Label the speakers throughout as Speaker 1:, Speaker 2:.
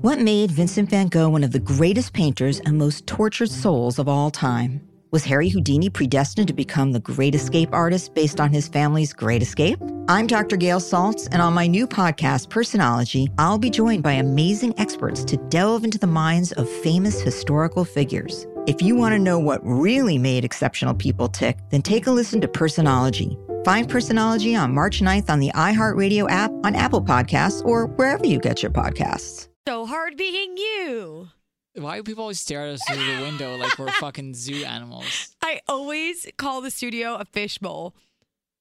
Speaker 1: What made Vincent van Gogh one of the greatest painters and most tortured souls of all time? Was Harry Houdini predestined to become the great escape artist based on his family's great escape? I'm Dr. Gail Saltz, and on my new podcast, Personology, I'll be joined by amazing experts to delve into the minds of famous historical figures. If you want to know what really made exceptional people tick, then take a listen to Personology. Find Personology on March 9th on the iHeartRadio app, on Apple Podcasts, or wherever you get your podcasts.
Speaker 2: So hard being you.
Speaker 3: Why do people always stare at us through the window like we're fucking zoo animals?
Speaker 2: I always call the studio a fishbowl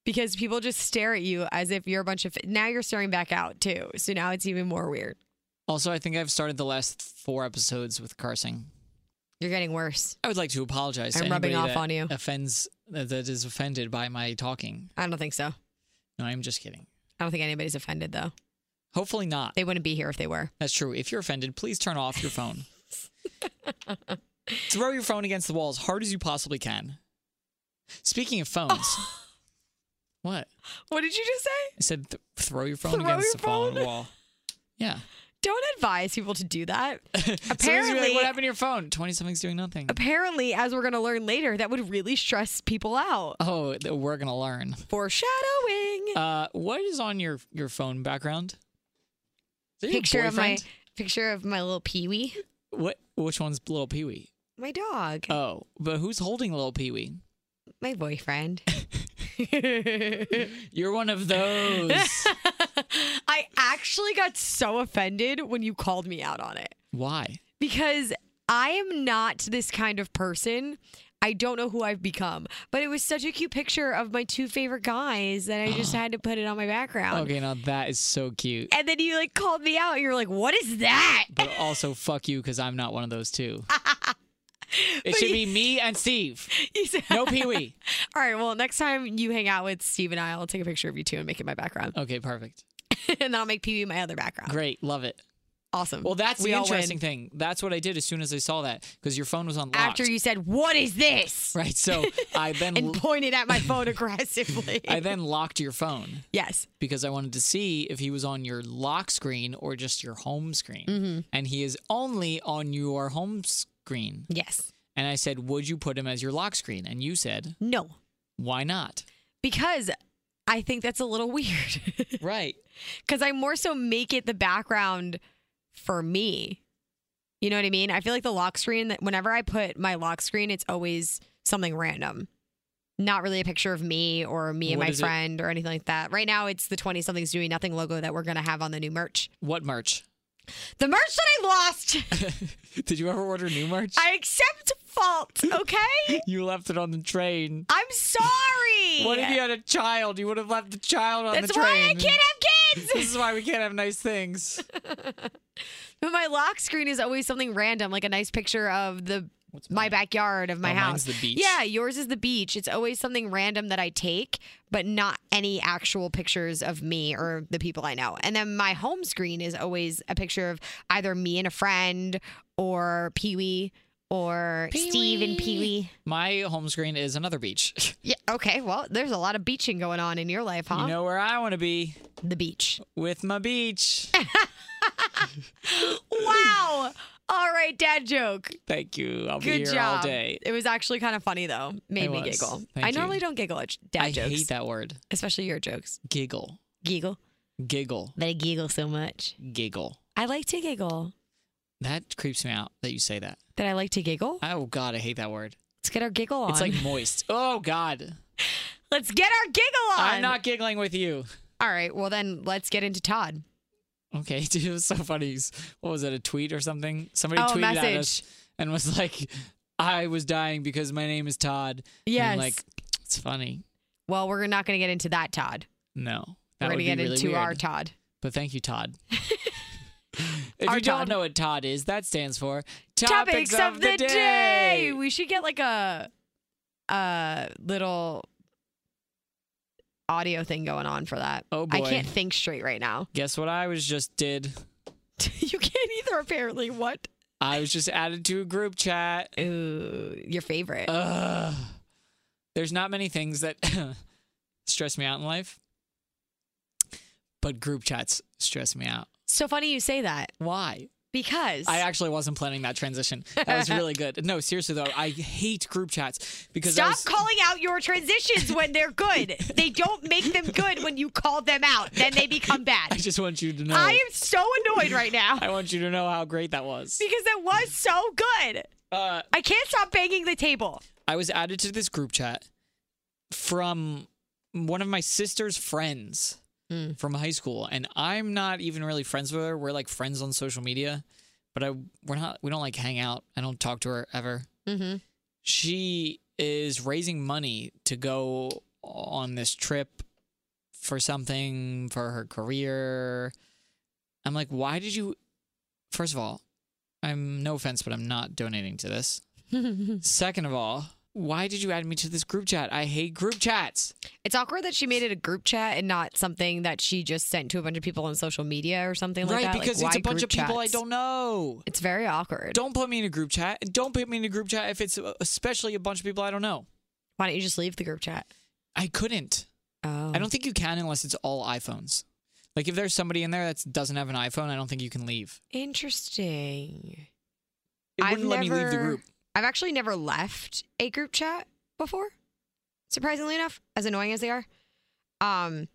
Speaker 2: because people just stare at you as if you're a bunch of. Now you're staring back out too. So now it's even more weird.
Speaker 3: Also, I think I've started the last four episodes with cursing.
Speaker 2: You're getting worse.
Speaker 3: I would like to apologize. to
Speaker 2: I'm rubbing
Speaker 3: anybody
Speaker 2: off
Speaker 3: that
Speaker 2: on you.
Speaker 3: Offends that is offended by my talking.
Speaker 2: I don't think so. I
Speaker 3: No, I'm just kidding.
Speaker 2: don't think anybody's offended though.
Speaker 3: Hopefully not.
Speaker 2: They wouldn't be here if they were.
Speaker 3: That's true. If you're offended, please turn off your phone. Throw your phone against the wall as hard as you possibly can. Speaking of phones, what
Speaker 2: What did you just say?
Speaker 3: I said? Th- throw your phone
Speaker 2: Throw
Speaker 3: against
Speaker 2: your
Speaker 3: the phone
Speaker 2: phone?
Speaker 3: wall. Yeah.
Speaker 2: Don't advise people to do that.
Speaker 3: Somebody's gonna be
Speaker 2: Apparently-
Speaker 3: like, what happened to your phone? Twenty something's doing nothing.
Speaker 2: Apparently, as we're going to learn later, that would really stress people out.
Speaker 3: Oh, th- we're gonna learn.
Speaker 2: Foreshadowing.
Speaker 3: Uh, what is on your your phone background? Is that your
Speaker 2: picture of my
Speaker 3: boyfriend?
Speaker 2: picture of my little peewee,
Speaker 3: What? Which one's little Pee Wee?
Speaker 2: my dog,
Speaker 3: Oh, but who's holding little Pee Wee?
Speaker 2: my boyfriend. I
Speaker 3: You're one of those.
Speaker 2: actually got so offended when you called me out on it
Speaker 3: Why?
Speaker 2: because I am not this kind of person. I don't know who I've become, but it was such a cute picture of my two favorite guys that I just had to put it on my background.
Speaker 3: Okay, now that is so cute.
Speaker 2: And then you like called me out. and You're like, "What is that?"
Speaker 3: But also, fuck you, because I'm not one of those two. It should be me and Steve.
Speaker 2: You said-
Speaker 3: No Pee Wee.
Speaker 2: All right. Well, next time you hang out with Steve and I, I'll take a picture of you two and make it my background.
Speaker 3: Okay, perfect.
Speaker 2: and I'll make PB my other background.
Speaker 3: Great, love it.
Speaker 2: Awesome.
Speaker 3: Well, that's
Speaker 2: We
Speaker 3: the
Speaker 2: all win.
Speaker 3: interesting thing. That's what I did as soon as I saw that, because your phone was unlocked.
Speaker 2: After you said, "What is this?"
Speaker 3: right, so I then
Speaker 2: and pointed at my phone aggressively.
Speaker 3: I then locked your phone
Speaker 2: yes.
Speaker 3: because I wanted to see if he was on your lock screen or just your home screen.
Speaker 2: Mm-hmm.
Speaker 3: And he is only on your home screen.
Speaker 2: Yes.
Speaker 3: And I said, Would you put him as your lock screen? And you said,
Speaker 2: No.
Speaker 3: Why not?
Speaker 2: Because I think that's a little weird.
Speaker 3: Right.
Speaker 2: Because I more so make it the background for me. You know what I mean? I feel like the lock screen. That whenever I put my lock screen, it's always something random. Not really a picture of me or me and
Speaker 3: What
Speaker 2: my
Speaker 3: is it?
Speaker 2: friend or anything like that. Right now, it's the 20 somethings doing nothing logo that we're going to have on the new merch.
Speaker 3: What merch?
Speaker 2: The merch that I lost.
Speaker 3: Did you ever order new merch?
Speaker 2: I accept fault, okay?
Speaker 3: you left it on the train.
Speaker 2: I'm sorry.
Speaker 3: What if you had a child? You would have left the child on
Speaker 2: That's
Speaker 3: the train.
Speaker 2: why I can't have kids.
Speaker 3: This is why we can't have nice things.
Speaker 2: But my lock screen is always something random, like a nice picture of the my backyard of my
Speaker 3: Oh,
Speaker 2: house.
Speaker 3: mine's the beach.
Speaker 2: Yeah, yours is the beach. It's always something random that I take, but not any actual pictures of me or the people I know. And then my home screen is always a picture of either me and a friend or Pee Wee or Steve and Pee Wee.
Speaker 3: My home screen is another beach.
Speaker 2: Yeah. Okay. Well, there's a lot of beaching going on in your life, huh?
Speaker 3: You know where I want to be
Speaker 2: the beach.
Speaker 3: with my beach.
Speaker 2: Eh. Wow. All right, dad joke.
Speaker 3: Thank you. I'll be
Speaker 2: Good
Speaker 3: here
Speaker 2: job.
Speaker 3: all day.
Speaker 2: It was actually kind of funny though. Made
Speaker 3: It
Speaker 2: me
Speaker 3: was.
Speaker 2: giggle.
Speaker 3: Thank
Speaker 2: I
Speaker 3: you.
Speaker 2: normally don't giggle at dad
Speaker 3: I
Speaker 2: jokes,
Speaker 3: hate that word.
Speaker 2: especially your jokes.
Speaker 3: Giggle.
Speaker 2: Giggle,
Speaker 3: Giggle.
Speaker 2: but I giggle so much.
Speaker 3: Giggle.
Speaker 2: I like to giggle.
Speaker 3: That creeps me out that you say that.
Speaker 2: That I like to giggle.
Speaker 3: Oh God, I hate that word.
Speaker 2: Let's get our giggle on.
Speaker 3: It's like moist. Oh God.
Speaker 2: let's get our giggle on.
Speaker 3: I'm not giggling with you.
Speaker 2: All right. Well, then let's get into Todd.
Speaker 3: Okay, dude, it was so funny. What was it, a tweet or something? Somebody
Speaker 2: Oh, a
Speaker 3: tweeted at
Speaker 2: message.
Speaker 3: us and was like, I was dying because my name is Todd. And
Speaker 2: Yes.
Speaker 3: I'm like, it's funny.
Speaker 2: Well, we're not going to get into that Todd. we're
Speaker 3: No. That
Speaker 2: going
Speaker 3: would
Speaker 2: to
Speaker 3: be
Speaker 2: get
Speaker 3: really
Speaker 2: into our
Speaker 3: weird.
Speaker 2: Todd.
Speaker 3: But thank you, Todd. if
Speaker 2: Our
Speaker 3: you
Speaker 2: Todd.
Speaker 3: don't know what Todd is, that stands for
Speaker 2: Topics of the day. We should get like a a little audio thing going on for that.
Speaker 3: Oh,
Speaker 2: I
Speaker 3: boy.
Speaker 2: can't think straight right now.
Speaker 3: Guess what I was just did?
Speaker 2: you can't either, apparently. What?
Speaker 3: I was just added to a group chat.
Speaker 2: Ooh, your favorite.
Speaker 3: Ugh. There's not many things that stress me out in life, but group chats stress me out.
Speaker 2: so funny you say that
Speaker 3: Why?
Speaker 2: because
Speaker 3: I actually wasn't planning that transition. That was really good. No, seriously though, I hate group chats because I
Speaker 2: Stop
Speaker 3: was-
Speaker 2: calling out your transitions when they're good. they don't make them good when you call them out. Then they become
Speaker 3: I
Speaker 2: bad.
Speaker 3: just want you to know.
Speaker 2: I am so annoyed right now
Speaker 3: I want you to know how great that was.
Speaker 2: because it was so good.
Speaker 3: Uh,
Speaker 2: I can't stop banging the table.
Speaker 3: I was added to this group chat from one of my sister's friends from high school, and I'm not even really friends with her. We're like friends on social media, but I we're not we don't like hang out. I don't talk to her ever.
Speaker 2: Mm-hmm.
Speaker 3: She is raising money to go on this trip for something for her career. I'm like, why did you? First of all, I'm no offense, but I'm not donating to this.
Speaker 2: Mm-hmm.
Speaker 3: Second of all, why did you add me to this group chat? I hate group chats.
Speaker 2: It's awkward that she made it a group chat and not something that she just sent to a bunch of people on social media or something like
Speaker 3: right,
Speaker 2: that. Like,
Speaker 3: because
Speaker 2: why
Speaker 3: it's a bunch of
Speaker 2: group
Speaker 3: people I
Speaker 2: chats?
Speaker 3: don't know.
Speaker 2: It's very awkward.
Speaker 3: Don't put me in a group chat. and Don't put me in a group chat if it's uh, especially a bunch of people I don't know.
Speaker 2: Why don't you just leave the group chat?
Speaker 3: I couldn't.
Speaker 2: Oh.
Speaker 3: I don't think you can unless it's all iPhones. Like if there's somebody in there that doesn't have an iPhone, I don't think you can leave.
Speaker 2: Interesting.
Speaker 3: It
Speaker 2: I've
Speaker 3: wouldn't let me leave the
Speaker 2: never-
Speaker 3: group.
Speaker 2: I've actually never left a group chat before, surprisingly enough, as annoying as they are. Um,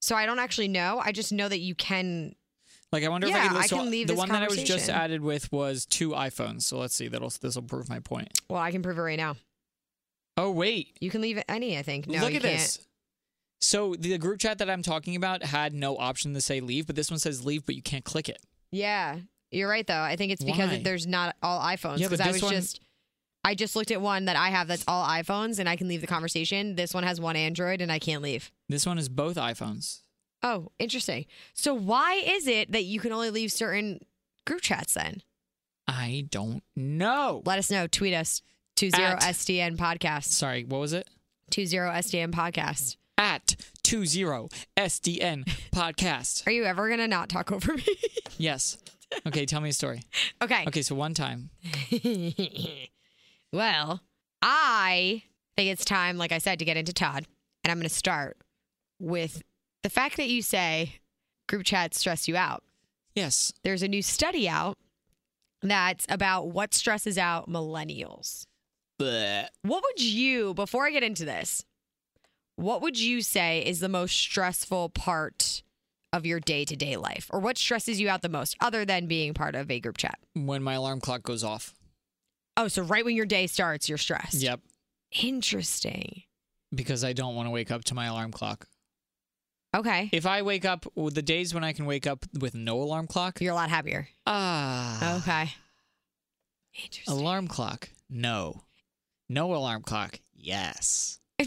Speaker 2: so I don't actually know. I just know that you can.
Speaker 3: Like I wonder if I
Speaker 2: Yeah,
Speaker 3: could leave.
Speaker 2: I
Speaker 3: so
Speaker 2: can leave
Speaker 3: the
Speaker 2: this
Speaker 3: one that I was just
Speaker 2: conversation.
Speaker 3: added with was two iPhones. So let's see. That'll this will prove my point.
Speaker 2: Well, I can prove it right now.
Speaker 3: Oh wait,
Speaker 2: You can leave any, I think. No,
Speaker 3: Look
Speaker 2: you
Speaker 3: at
Speaker 2: can't.
Speaker 3: this. So the group chat that I'm talking about had no option to say leave, but this one says leave, but you can't click it.
Speaker 2: Yeah, you're right though. I think it's because
Speaker 3: Why?
Speaker 2: there's not all iPhones.
Speaker 3: Yeah, but
Speaker 2: Because I was
Speaker 3: this one-
Speaker 2: just, I just looked at one that I have that's all iPhones, and I can leave the conversation. This one has one Android, and I can't leave.
Speaker 3: This one is both iPhones.
Speaker 2: Oh, interesting. So why is it that you can only leave certain group chats then?
Speaker 3: I don't know.
Speaker 2: Let us know. Tweet us. 20
Speaker 3: At-
Speaker 2: SDN podcast.
Speaker 3: Sorry, what was it?
Speaker 2: 20 SDN podcast.
Speaker 3: At 20SDN podcast.
Speaker 2: Are you ever going to not talk over me?
Speaker 3: Yes. Okay, tell me a story.
Speaker 2: okay.
Speaker 3: Okay, so one time.
Speaker 2: well, I think it's time, like I said, to get into Todd. And I'm going to start with the fact that you say group chats stress you out.
Speaker 3: Yes.
Speaker 2: There's a new study out that's about what stresses out millennials.
Speaker 3: Bleh.
Speaker 2: What would you, before I get into this, what would you say is the most stressful part of your day to day life? Or what stresses you out the most other than being part of a group chat?
Speaker 3: When my alarm clock goes off.
Speaker 2: Oh, so right when your day starts, you're stressed.
Speaker 3: Yep.
Speaker 2: Interesting.
Speaker 3: Because I don't want to wake up to my alarm clock.
Speaker 2: Okay.
Speaker 3: If I wake up well, the days when I can wake up with no alarm clock,
Speaker 2: You're Oh. a lot happier.
Speaker 3: ah,
Speaker 2: Okay. Interesting.
Speaker 3: Alarm clock? No. No alarm clock? Yes.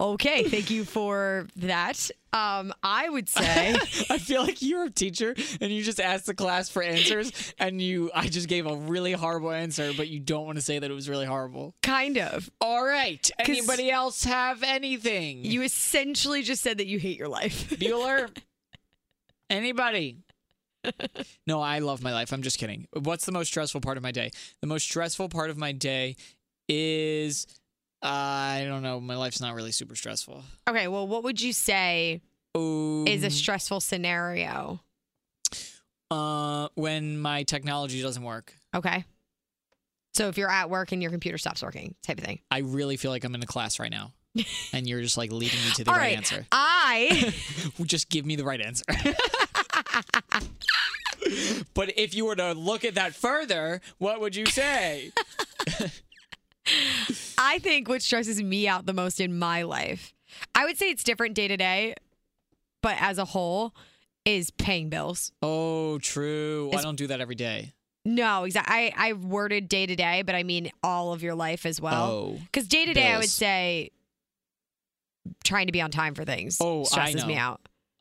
Speaker 2: okay. Thank you for that. Um, I would say.
Speaker 3: I feel like you're a teacher and you just asked the class for answers and you I just gave a really horrible answer, but you don't want to say that it was really horrible.
Speaker 2: Kind of.
Speaker 3: All right.
Speaker 2: 'Cause-
Speaker 3: Anybody else have anything?
Speaker 2: You essentially just said that you hate your life.
Speaker 3: Bueller? Anybody? no, I love my life. I'm just kidding. What's the most stressful part of my day? The most stressful part of my day is I don't know. My life's not really super stressful.
Speaker 2: Okay, well, what would you say
Speaker 3: Ooh.
Speaker 2: is a stressful scenario?
Speaker 3: Uh, when my technology doesn't work,
Speaker 2: Okay. So if you're at work and your computer stops working, type of thing.
Speaker 3: I really feel like I'm in a class right now, and you're just like leading me to the
Speaker 2: All
Speaker 3: right,
Speaker 2: right.
Speaker 3: answer.
Speaker 2: I
Speaker 3: Just give me the right answer. but if you were to look at that further, what would you say?
Speaker 2: I think what stresses me out the most in my life, I would say it's different day to day, but as a whole, is paying bills.
Speaker 3: oh, true. I
Speaker 2: It's-
Speaker 3: don't do that every day.
Speaker 2: No, exactly. I, I worded day to day, but I mean all of your life as well.
Speaker 3: oh,
Speaker 2: Because day to day, I would
Speaker 3: bills.
Speaker 2: say trying to be on time for things
Speaker 3: Oh, I
Speaker 2: stresses me
Speaker 3: know.
Speaker 2: out.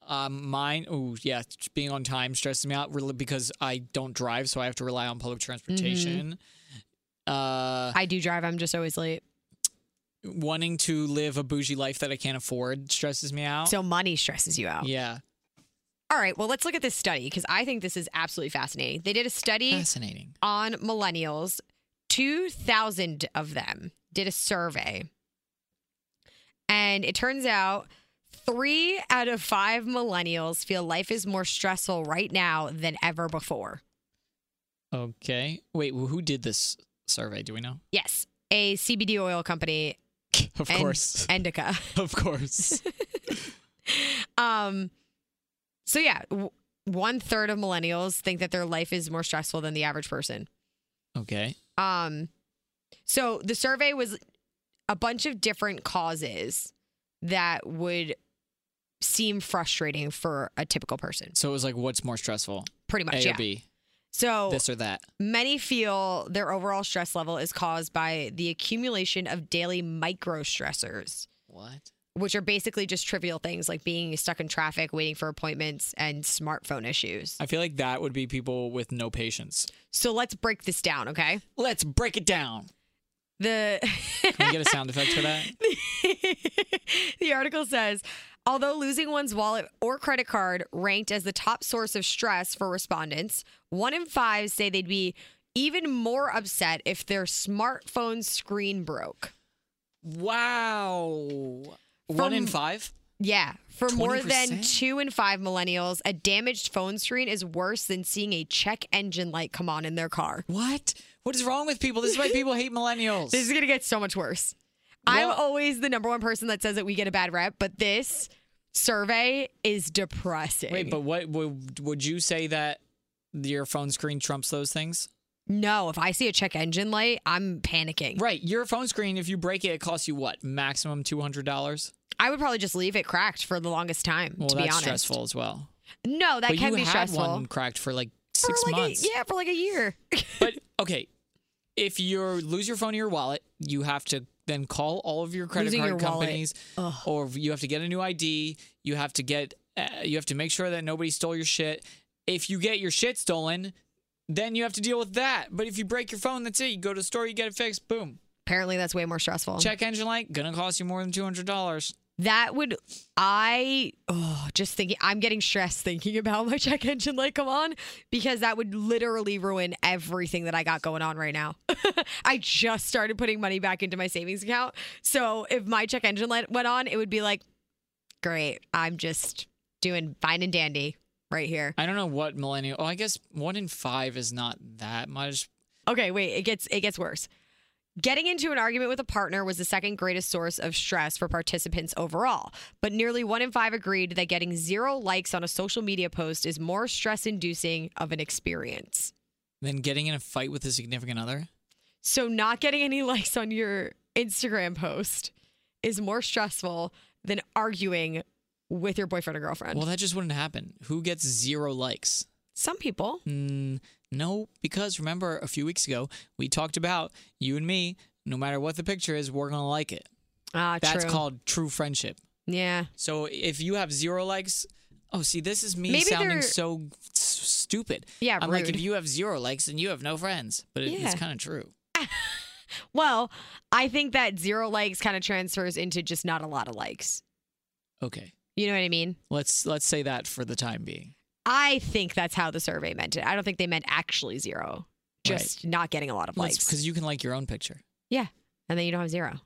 Speaker 3: um, mine. Oh, yeah. Being on time stresses me out really because I don't drive, so I have to rely on public transportation.
Speaker 2: Mm-hmm.
Speaker 3: Uh.
Speaker 2: I do drive. I'm just always late.
Speaker 3: wanting to live a bougie life that I can't afford stresses me out.
Speaker 2: So money stresses you out.
Speaker 3: yeah,
Speaker 2: All right. Well, let's look at this study because I think this is absolutely fascinating. They did a study
Speaker 3: fascinating.
Speaker 2: on millennials, 2,000 of them did a survey. And it turns out Three out of five millennials feel life is more stressful right now than ever before.
Speaker 3: Okay. Wait, who did this survey? Do we know?
Speaker 2: Yes, a CBD oil company,
Speaker 3: Of
Speaker 2: En-
Speaker 3: course.
Speaker 2: Endica.
Speaker 3: of course.
Speaker 2: Um, so yeah, w- one third of millennials think that their life is more stressful than the average person.
Speaker 3: okay.
Speaker 2: Um, so the survey was a bunch of different causes that would seem frustrating for a typical person.
Speaker 3: So it was like, what's more stressful,
Speaker 2: Pretty
Speaker 3: A
Speaker 2: much, yeah. Oh.
Speaker 3: or B?
Speaker 2: So
Speaker 3: This or that?
Speaker 2: many feel their overall stress level is caused by the accumulation of daily micro stressors.
Speaker 3: What?
Speaker 2: Which are basically just trivial things like being stuck in traffic, waiting for appointments, and smartphone issues.
Speaker 3: I feel like that would be people with no patience.
Speaker 2: So let's break this down, okay?
Speaker 3: Let's break it down.
Speaker 2: The
Speaker 3: Can we get a sound effect for that?
Speaker 2: the article says, although losing one's wallet or credit card ranked as the top source of stress for respondents, one in five say they'd be even more upset if their smartphone screen broke.
Speaker 3: Wow. One in
Speaker 2: From-
Speaker 3: five?
Speaker 2: Yeah. For more than
Speaker 3: 20%?
Speaker 2: two in five millennials, a damaged phone screen is worse than seeing a check engine light come on in their car.
Speaker 3: What? What is wrong with people? This is why people hate millennials.
Speaker 2: This is going to get so much worse. I'm
Speaker 3: Well-
Speaker 2: always the number one person that says that we get a bad rep, but this survey is depressing.
Speaker 3: Wait, but what would would you say that your phone screen trumps those things?
Speaker 2: no, if I see a check engine light, I'm panicking.
Speaker 3: Right, your phone screen. If you break it, it costs you what? Maximum two hundred dollars.
Speaker 2: I would probably just leave it cracked for the longest time,
Speaker 3: Well,
Speaker 2: to
Speaker 3: that's
Speaker 2: be honest.
Speaker 3: stressful as well.
Speaker 2: No, that
Speaker 3: but
Speaker 2: can
Speaker 3: you
Speaker 2: be
Speaker 3: had
Speaker 2: stressful.
Speaker 3: one cracked for like
Speaker 2: for
Speaker 3: six
Speaker 2: like
Speaker 3: months.
Speaker 2: A, yeah, for like a year.
Speaker 3: But okay, if you lose your phone or your wallet, you have to then call all of your credit
Speaker 2: Losing
Speaker 3: card
Speaker 2: your wallet.
Speaker 3: companies, or you have to get a new ID. You have to get. Uh, you have to make sure that nobody stole your shit. If you get your shit stolen, then you have to deal with that. But if you break your phone, that's it. You go to the store, you get it fixed. Boom.
Speaker 2: Apparently, that's way more stressful.
Speaker 3: Check engine light gonna cost you more than two hundred dollars.
Speaker 2: That would I oh just thinking I'm getting stressed thinking about my check engine light come on because that would literally ruin everything that I got going on right now. I just started putting money back into my savings account. So if my check engine light went on, it would be like, Great, I'm just doing fine and dandy right here.
Speaker 3: I don't know what millennial. Oh, I guess one in five is not that much.
Speaker 2: Okay, wait, it gets it gets worse. Getting into an argument with a partner was the second greatest source of stress for participants overall, but nearly 1 in 5 agreed that getting zero likes on a social media post is more stress-inducing of an experience.
Speaker 3: Then getting in a fight with a significant other.
Speaker 2: So not getting any likes on your Instagram post is more stressful than arguing with your boyfriend or girlfriend.
Speaker 3: Well, that just wouldn't happen. Who gets zero likes?
Speaker 2: Some people
Speaker 3: Mm, no, because remember a few weeks ago we talked about you and me. No matter what the picture is, we're gonna like it.
Speaker 2: ah
Speaker 3: That's
Speaker 2: true.
Speaker 3: called true friendship.
Speaker 2: Yeah.
Speaker 3: So if you have zero likes, oh, see, this is me
Speaker 2: Maybe
Speaker 3: sounding
Speaker 2: they're-
Speaker 3: so s- stupid.
Speaker 2: Yeah,
Speaker 3: I'm like,
Speaker 2: rude.
Speaker 3: if you have zero likes, then you have no friends. But it, it's
Speaker 2: Yeah.
Speaker 3: kind of true.
Speaker 2: Well, I think that zero likes kind of transfers into just not a lot of likes.
Speaker 3: Okay,
Speaker 2: You know what I mean?
Speaker 3: let's let's say that for the time being.
Speaker 2: I think that's how the survey meant it. I don't think they meant actually zero, just not getting a lot of likes.
Speaker 3: because you can like your own picture.
Speaker 2: yeah. And then you don't have zero.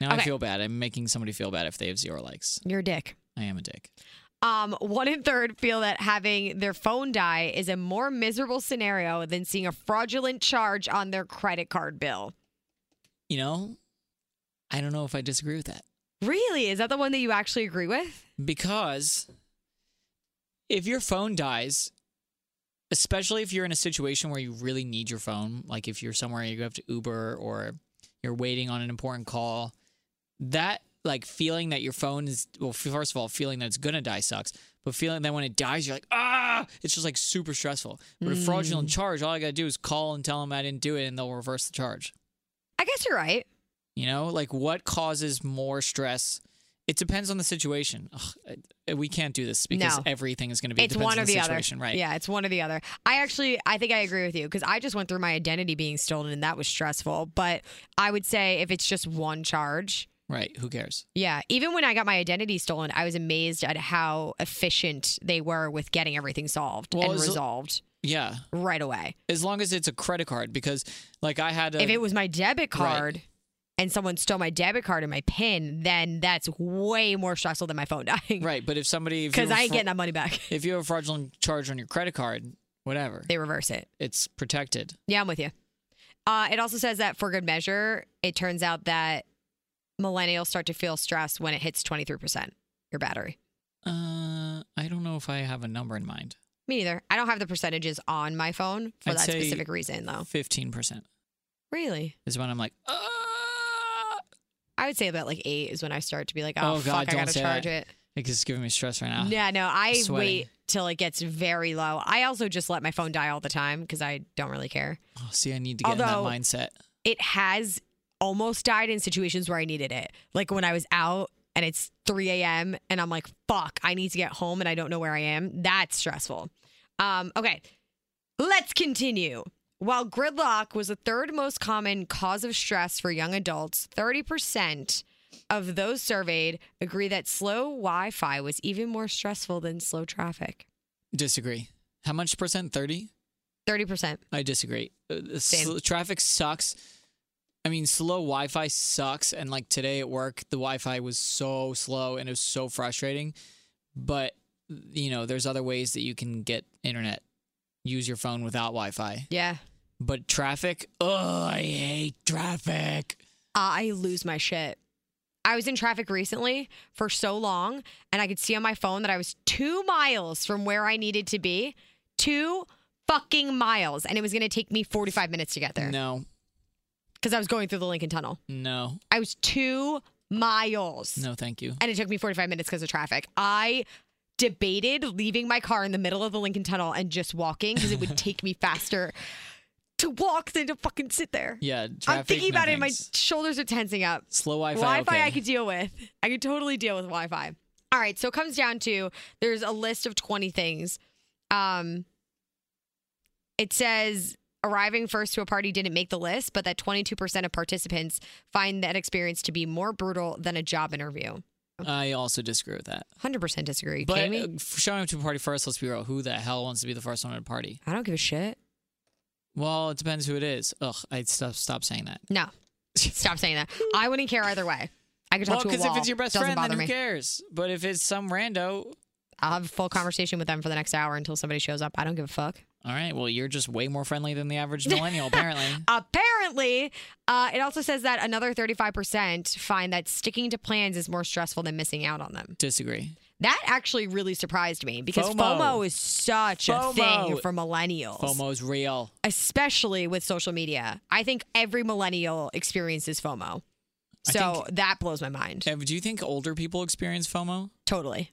Speaker 3: Now I
Speaker 2: Okay.
Speaker 3: feel bad. I'm making somebody feel bad if they have zero likes.
Speaker 2: You're a dick.
Speaker 3: I am a dick.
Speaker 2: Um, one in third feel that having their phone die is a more miserable scenario than seeing a fraudulent charge on their credit card bill.
Speaker 3: You know, I don't know if I disagree with that
Speaker 2: Really? Is that the one that you actually agree with?
Speaker 3: because if your phone dies, especially if you're in a situation where you really need your phone, like if you're somewhere you have to Uber or you're waiting on an important call, that like feeling that your phone is well, first of all, feeling that it's gonna die sucks. But feeling that when it dies, you're like, ah, it's just like super stressful. But a fraudulent charge, all I gotta do is call and tell them I didn't do it, and they'll reverse the charge.
Speaker 2: I guess you're right.
Speaker 3: You know, like what causes more stress? It depends on the situation. Ugh, I- we can't do this because
Speaker 2: No.
Speaker 3: everything is going to be
Speaker 2: it's
Speaker 3: depends
Speaker 2: one
Speaker 3: on
Speaker 2: or the,
Speaker 3: situation,
Speaker 2: other.
Speaker 3: right?
Speaker 2: Yeah, it's one or the other. I actually, I think I agree with you because I just went through my identity being stolen and that was stressful. But I would say if it's just one charge,
Speaker 3: Right. Who cares?
Speaker 2: Yeah. Even when I got my identity stolen, I was amazed at how efficient they were with getting everything solved
Speaker 3: Well,
Speaker 2: and
Speaker 3: as-
Speaker 2: resolved
Speaker 3: Yeah.
Speaker 2: right away.
Speaker 3: As long as it's a credit card, because like I had a
Speaker 2: if it was my debit card and someone stole my debit card and my pin, then that's way more stressful than my phone dying.
Speaker 3: Right, but if somebody if you
Speaker 2: Because
Speaker 3: have
Speaker 2: I ain't
Speaker 3: fra-
Speaker 2: getting that money back.
Speaker 3: if you have a fraudulent charge on your credit card, whatever,
Speaker 2: They reverse it.
Speaker 3: it's protected.
Speaker 2: Yeah, I'm with you. Uh, it also says that for good measure, it turns out that millennials start to feel stress when it hits 23%, your battery.
Speaker 3: Uh, I don't know if I have a number in mind.
Speaker 2: Me neither. I don't have the percentages on my phone for
Speaker 3: I'd
Speaker 2: that
Speaker 3: say-
Speaker 2: specific reason, though.
Speaker 3: Fifteen percent
Speaker 2: Really?
Speaker 3: is when I'm like, ah,
Speaker 2: I would say about like eight is when I start to be like, oh,
Speaker 3: Oh,
Speaker 2: fuck,
Speaker 3: God,
Speaker 2: I
Speaker 3: don't
Speaker 2: gotta
Speaker 3: say Ah,
Speaker 2: charge it.
Speaker 3: like it's giving me stress right now.
Speaker 2: Yeah, no, I
Speaker 3: Sweating.
Speaker 2: wait till it gets very low. I also just let my phone die all the time because I don't really care.
Speaker 3: Oh, see, I need to get
Speaker 2: Although-
Speaker 3: in that mindset.
Speaker 2: It has almost died in situations where I needed it, like when I was out and it's 3 a.m. and I'm like, fuck, I need to get home and I don't know where I am. That's stressful. Um, okay, let's continue. While gridlock was the third most common cause of stress for young adults, 30% of those surveyed agree that slow Wi Fi was even more stressful than slow traffic.
Speaker 3: Disagree. How much percent? Thirty.
Speaker 2: Thirty percent.
Speaker 3: I disagree. Uh, the
Speaker 2: Same.
Speaker 3: sl- traffic sucks. I mean, slow Wi Fi sucks. And like today at work, the Wi Fi was so slow and it was so frustrating. But, you know, there's other ways that you can get internet, use your phone without Wi Fi.
Speaker 2: Yeah,
Speaker 3: But traffic, oh, I hate traffic.
Speaker 2: I lose my shit. I was in traffic recently for so long, and I could see on my phone that I was two miles from where I needed to be. Two fucking miles, and it was going to take me forty-five minutes to get there
Speaker 3: No,
Speaker 2: because I was going through the Lincoln Tunnel.
Speaker 3: no,
Speaker 2: I was two miles,
Speaker 3: no, thank you.
Speaker 2: and it took me forty-five minutes because of traffic. I debated leaving my car in the middle of the Lincoln Tunnel and just walking because it would take me faster to walk than to fucking sit there.
Speaker 3: Yeah, traffic.
Speaker 2: I'm thinking
Speaker 3: no
Speaker 2: about it. and My
Speaker 3: thanks.
Speaker 2: shoulders are tensing up.
Speaker 3: slow Wi Fi.
Speaker 2: Wi Fi
Speaker 3: okay.
Speaker 2: I could deal with. I could totally deal with Wi Fi. All right. So it comes down to there's a list of 20 things. Um, it says arriving first to a party didn't make the list, but that 22% of participants find that experience to be more brutal than a job interview.
Speaker 3: I also disagree with that.
Speaker 2: 100% disagree. You
Speaker 3: But
Speaker 2: kidding me?
Speaker 3: uh, f- showing up to a party first, let's be real. Who the hell wants to be the first one at a party?
Speaker 2: I don't give a shit.
Speaker 3: Well, it depends who it is. Ugh, I'd stop stop saying that.
Speaker 2: No. Stop saying that. I wouldn't care either way. I could
Speaker 3: Well,
Speaker 2: talk to a
Speaker 3: because
Speaker 2: wall.
Speaker 3: if it's your best
Speaker 2: Doesn't
Speaker 3: friend,
Speaker 2: bother
Speaker 3: then
Speaker 2: me.
Speaker 3: who cares? But if it's some rando,
Speaker 2: I'll have a full conversation with them for the next hour until somebody shows up. I don't give a fuck.
Speaker 3: all right. Well, you're just way more friendly than the average millennial, apparently.
Speaker 2: Apparently, uh, it also says that another 35% find that sticking to plans is more stressful than missing out on them.
Speaker 3: Disagree.
Speaker 2: That actually really surprised me because FOMO,
Speaker 3: FOMO.
Speaker 2: is such a
Speaker 3: FOMO.
Speaker 2: thing for millennials,
Speaker 3: FOMO's real.
Speaker 2: especially with social media. I think every millennial experiences FOMO.
Speaker 3: I
Speaker 2: So that blows my mind.
Speaker 3: Uh, Do you think older people experience FOMO?
Speaker 2: Totally.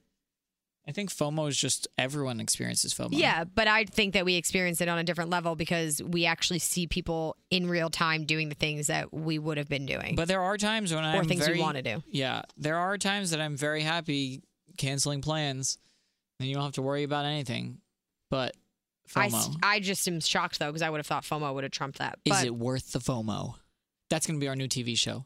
Speaker 3: I think FOMO is just everyone experiences FOMO.
Speaker 2: Yeah, but I think that we experience it on a different level because we actually see people in real time doing the things that we would have been doing
Speaker 3: But there are times when
Speaker 2: or
Speaker 3: I'm
Speaker 2: things
Speaker 3: very
Speaker 2: we want to do.
Speaker 3: Yeah, there are times that I'm very happy canceling plans, and you don't have to worry about anything. But
Speaker 2: I,
Speaker 3: FOMO.
Speaker 2: s- I just am shocked though because I would have thought FOMO would have trumped that.
Speaker 3: Is
Speaker 2: But
Speaker 3: it worth the FOMO? That's going to be our new TV show.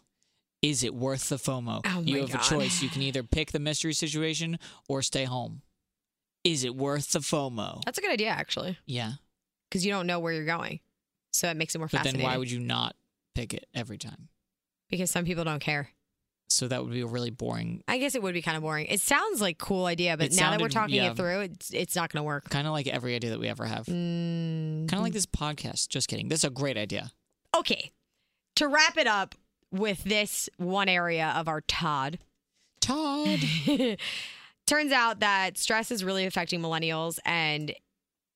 Speaker 3: Is it worth the FOMO?
Speaker 2: Oh my
Speaker 3: you have
Speaker 2: God.
Speaker 3: a choice. You can either pick the mystery situation or stay home. Is it worth the FOMO?
Speaker 2: that's a good idea actually
Speaker 3: yeah.
Speaker 2: because you don't know where you're going, so it makes it more
Speaker 3: But
Speaker 2: fascinating.
Speaker 3: then why would you not pick it every time?
Speaker 2: because some people don't care.
Speaker 3: So that would be a really boring,
Speaker 2: I guess it would be kind of boring. It sounds like cool idea, but
Speaker 3: It
Speaker 2: now that we're
Speaker 3: sounded-
Speaker 2: talking
Speaker 3: yeah.
Speaker 2: it through, it's, it's not going to work.
Speaker 3: kind of like every idea that we ever have.
Speaker 2: Mm.
Speaker 3: Kind of like this podcast. Just kidding. This is a great idea.
Speaker 2: okay, to wrap it up with this one area of our Todd.
Speaker 3: Todd.
Speaker 2: Turns out that stress is really affecting millennials, and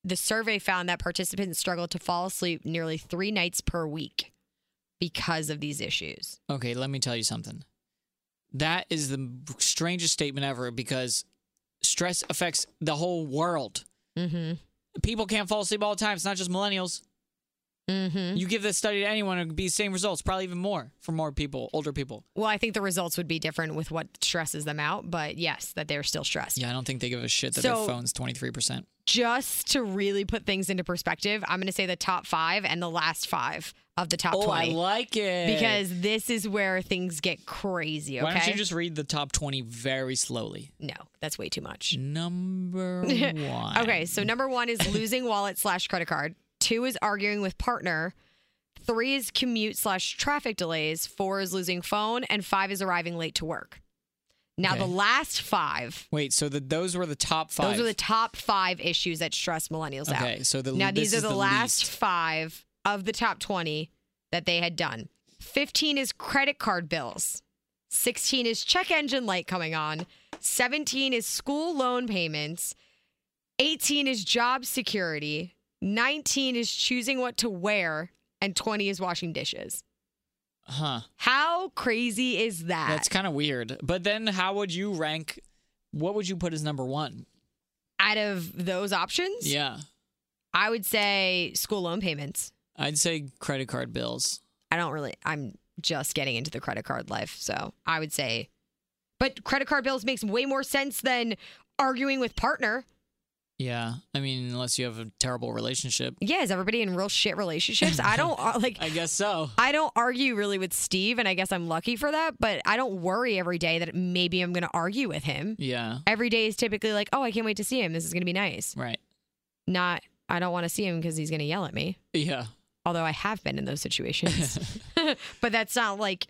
Speaker 2: the survey found that participants struggle to fall asleep nearly three nights per week because of these issues.
Speaker 3: Okay, let me tell you something. That is the strangest statement ever because stress affects the whole world.
Speaker 2: Mm-hmm.
Speaker 3: people can't fall asleep all the time. It's not just millennials.
Speaker 2: Mm-hmm.
Speaker 3: You give this study to anyone, it would be the same results, probably even more for more people, older people.
Speaker 2: Well, I think the results would be different with what stresses them out, but yes, that they're still stressed.
Speaker 3: Yeah, I don't think they give a shit that
Speaker 2: So-
Speaker 3: their phone's 23%.
Speaker 2: Just to really put things into perspective, I'm going to say the top five and the last five of the top
Speaker 3: oh, I
Speaker 2: 20
Speaker 3: like it.
Speaker 2: because this is where things get crazy. Okay,
Speaker 3: Why don't you just read the top 20 very slowly?
Speaker 2: no, that's way too much.
Speaker 3: Number one.
Speaker 2: Okay, so number one is losing wallet slash credit card. Two is arguing with partner. Three is commute slash traffic delays. Four is losing phone, and five is arriving late to work. Now
Speaker 3: Okay.
Speaker 2: the last five.
Speaker 3: Wait, so the, those were the top five.
Speaker 2: Those are the top five issues that stress millennials out.
Speaker 3: Okay, so the
Speaker 2: Now,
Speaker 3: this
Speaker 2: these are
Speaker 3: is
Speaker 2: the, last
Speaker 3: least.
Speaker 2: five of the top 20 that they had done. 15 is credit card bills. 16 is check engine light coming on. 17 is school loan payments. 18 is job security. 19 is choosing what to wear. And 20 is washing dishes.
Speaker 3: Huh.
Speaker 2: How crazy is that?
Speaker 3: That's kind of weird. But then, how would you rank? What would you put as number one?
Speaker 2: Out of those options,
Speaker 3: Yeah,
Speaker 2: I would say school loan payments.
Speaker 3: I'd say credit card bills.
Speaker 2: I don't really. I'm just getting into the credit card life, so I would say, but credit card bills makes way more sense than arguing with partner.
Speaker 3: Yeah, I mean, unless you have a terrible relationship.
Speaker 2: Yeah, is everybody in real shit relationships? I don't uh, like.
Speaker 3: I guess so.
Speaker 2: I don't argue really with Steve, and I guess I'm lucky for that. But I don't worry every day that maybe I'm going to argue with him.
Speaker 3: Yeah.
Speaker 2: Every day is typically like, oh, I can't wait to see him. This is going to be nice.
Speaker 3: Right.
Speaker 2: Not, I don't want to see him because he's going to yell at me.
Speaker 3: Yeah.
Speaker 2: Although I have been in those situations, but that's not like